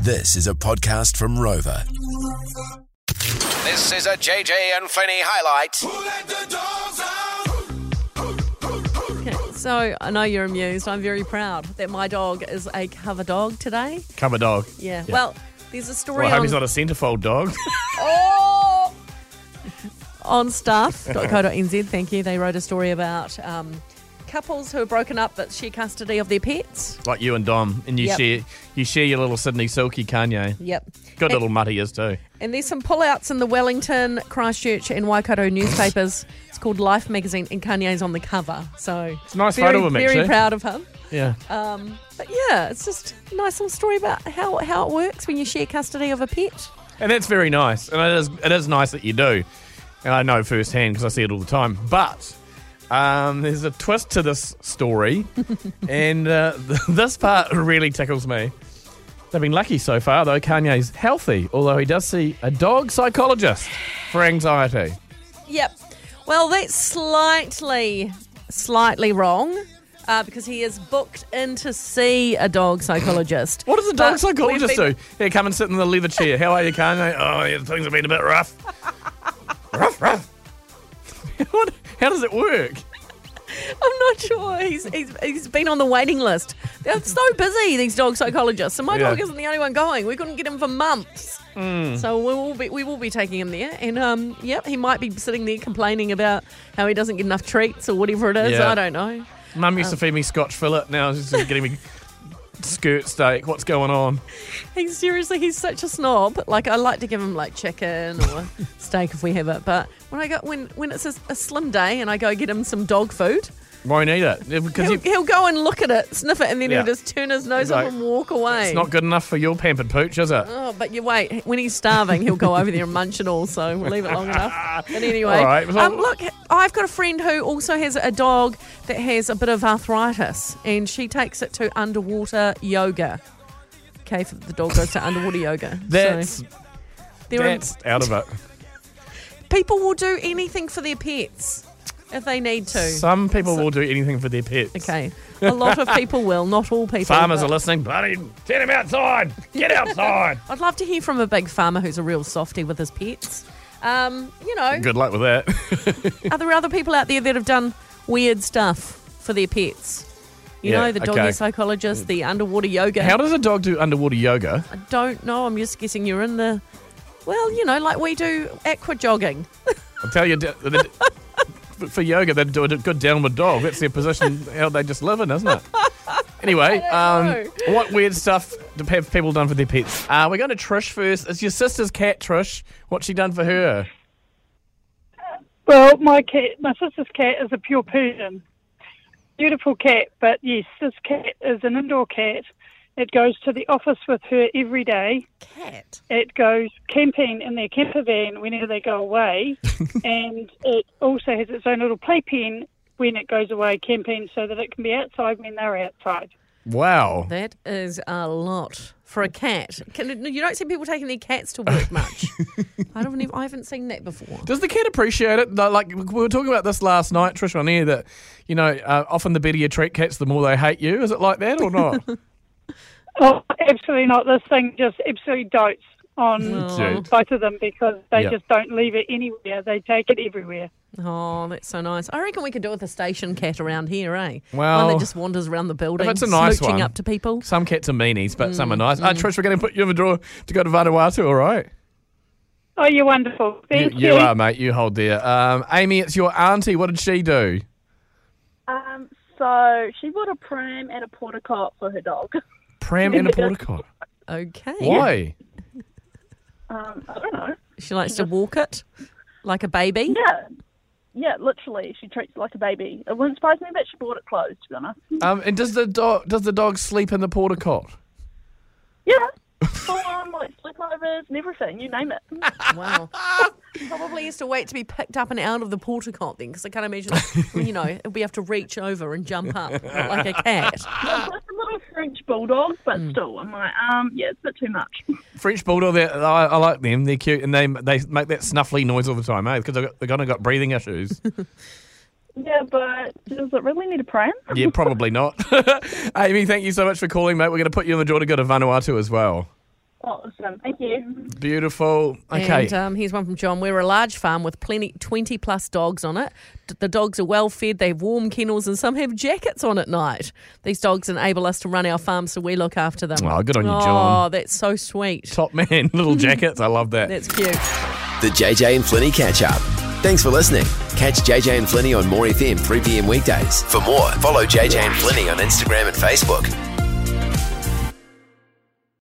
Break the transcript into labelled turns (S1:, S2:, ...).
S1: This is a podcast from Rover.
S2: This is a JJ and Finney highlight.
S3: So I know you're amused. I'm very proud that my dog is a cover dog today.
S4: Cover dog.
S3: Yeah. Well, there's a story
S4: Well, I hope
S3: on,
S4: he's not a centerfold dog.
S3: on staff.co.nz. Thank you. They wrote a story about um, couples who are broken up but share custody of their pets.
S4: like you and Dom, and you
S3: Yep.
S4: share you share your little Sydney silky Kanye.
S3: Yep.
S4: Good
S3: And-
S4: little mutt he is too.
S3: And there's some pullouts in the Wellington, Christchurch, and Waikato newspapers. It's called Life magazine, and Kanye's on the cover. So
S4: It's a nice
S3: very,
S4: photo of him,
S3: very
S4: actually.
S3: proud of him.
S4: Yeah.
S3: Um, but yeah, it's just a nice little story about how, how it works when you share custody of a pet.
S4: And that's very nice. And it is it is nice that you do. And I know firsthand because I see it all the time. But um, there's a twist to this story, and uh, this part really tickles me. They've been lucky so far, though. Kanye's healthy, although he does see a dog psychologist for anxiety.
S3: Yep. Well, that's slightly, slightly wrong uh, because he is booked in to see a dog psychologist.
S4: What does a dog
S3: But
S4: psychologist
S3: we've been-
S4: do? Here, come and sit in the leather chair. How are you, Kanye? Oh, yeah, things have been a bit rough. rough, rough. what, how does it work?
S3: I'm not sure. He's, he's, he's been on the waiting list. They're so busy, these dog psychologists. And my
S4: Yeah. Hmm.
S3: dog isn't the only one going. We couldn't get him for months. So we will be we will be taking him there, and um, yep, he might be sitting there complaining about how he doesn't get enough treats or whatever it is.
S4: Yeah.
S3: I don't know.
S4: Mum used to feed me Scotch fillet. Now she's just getting me skirt steak. What's going on?
S3: He's seriously, he's such a snob. Like I like to give him like chicken or steak if we have it, but when I go when when it's a, a slim day and I go get him some dog food,
S4: Won't eat it Yeah, because
S3: he'll,
S4: you,
S3: he'll go and look at it, sniff it, and then
S4: Yeah.
S3: he'll just turn his nose
S4: He's
S3: up
S4: like,
S3: and walk away.
S4: it's not good enough for your pampered pooch, is it?
S3: Oh, but you wait. When he's starving, he'll go over there and munch it all. So we'll leave it long enough. But anyway,
S4: All right, so-
S3: um, look, I've got a friend who also has a dog that has a bit of arthritis, and she takes it to underwater yoga. Okay, if the dog goes to underwater yoga. So
S4: That's
S3: there are-
S4: that's out of it.
S3: people will do anything for their pets if they need to.
S4: Some people will do anything for their pets.
S3: okay. A lot of people will, not all people.
S4: Farmers
S3: but
S4: are listening. Buddy, get him outside. Get outside.
S3: I'd love to hear from a big farmer who's a real softie with his pets. Um, you know,
S4: good luck with that.
S3: are there other people out there that have done weird stuff for their pets? You
S4: Yeah,
S3: know, the doggy
S4: okay.
S3: psychologist, the underwater yoga.
S4: How does a dog do underwater yoga?
S3: I don't know. I'm just guessing you're in the. Well, you know, like we do aqua jogging.
S4: I'll tell you, d- the- for- for yoga, they do a good downward dog. That's their position, how they just live in, isn't it? Anyway, um,
S3: know.
S4: what weird stuff do- have people done for their pets? Uh, we're going to Trish first. It's your sister's cat, Trish. What's she done for her?
S5: Well, my cat, my sister's cat, is a pure Persian, beautiful cat. But yes, this cat is an indoor cat. It goes to the office with her every day.
S3: Cat.
S5: It goes camping in their camper van whenever they go away, and it also has its own little playpen when it goes away camping, so that it can be outside when they're outside.
S4: Wow.
S3: That is a lot for a cat. Can, you don't see people taking their cats to work much. I don't. Even, I haven't seen that before.
S4: Does the cat appreciate it? Though, Like we were talking about this last night, Trish, on air. That you know, uh, often the better you treat cats, the more they hate you. Is it like that or not?
S5: Oh, absolutely not! This thing just absolutely dotes on
S4: Cute.
S5: both of them because they
S4: Yeah.
S5: just don't leave it anywhere. They take it everywhere.
S3: Oh, that's so nice. I reckon we could do with a station cat around here, eh? one
S4: Well,
S3: that just wanders around the building,
S4: if it's a nice
S3: smooching
S4: one.
S3: up to people.
S4: some cats are meanies, but some are nice. Uh, Trish, we're going to put you in the drawer to go to Vanuatu. All right.
S5: Oh, you're wonderful.
S4: You,
S5: Thank
S4: you
S5: you.
S4: are, mate. You hold there. Um, Amy, it's your auntie. What did she do?
S6: Um, so she bought a pram and a porta cot for her dog.
S4: Pram and a portico.
S3: Okay.
S4: Why?
S6: Um, I don't know.
S3: She likes to walk it like a baby.
S6: Yeah, yeah, literally, she treats it like a baby. It wouldn't surprise me that she bought it closed. To be honest.
S4: Um, and does the dog does the dog sleep in the portico?
S6: Yeah. Full on like sleepovers and everything, you name it.
S3: Wow. Probably used to wait to be picked up and out of the porta cot then, because I can't imagine, you know, we have to reach over and jump up not like a cat.
S6: It's like a little French bulldog, but still, I'm like, um, yeah, it's a bit too much.
S4: French bulldog. They're, I, I like them. They're cute, and they they make that snuffly noise all the time, eh? Because they've kind of got breathing issues.
S6: Yeah, but does it really need a pram?
S4: yeah, probably not. Amy, thank you so much for calling, mate. We're going to put you in the drawer to go to Vanuatu as well.
S6: Awesome. Thank you.
S4: Beautiful. Okay.
S3: And um, here's one from John. We're a large farm with plenty, 20 plus dogs on it. D- the dogs are well fed, they have warm kennels, and some have jackets on at night. These dogs enable us to run our farm, so we look after them.
S4: Oh, good on you,
S3: Oh,
S4: John.
S3: that's so sweet.
S4: Top man, little jackets. I love that.
S3: That's cute.
S1: The JJ and Flinny catch up. Thanks for listening. Catch JJ and Flinny on More FM 3 p.m. weekdays. For more, follow JJ and Flinny on Instagram and Facebook.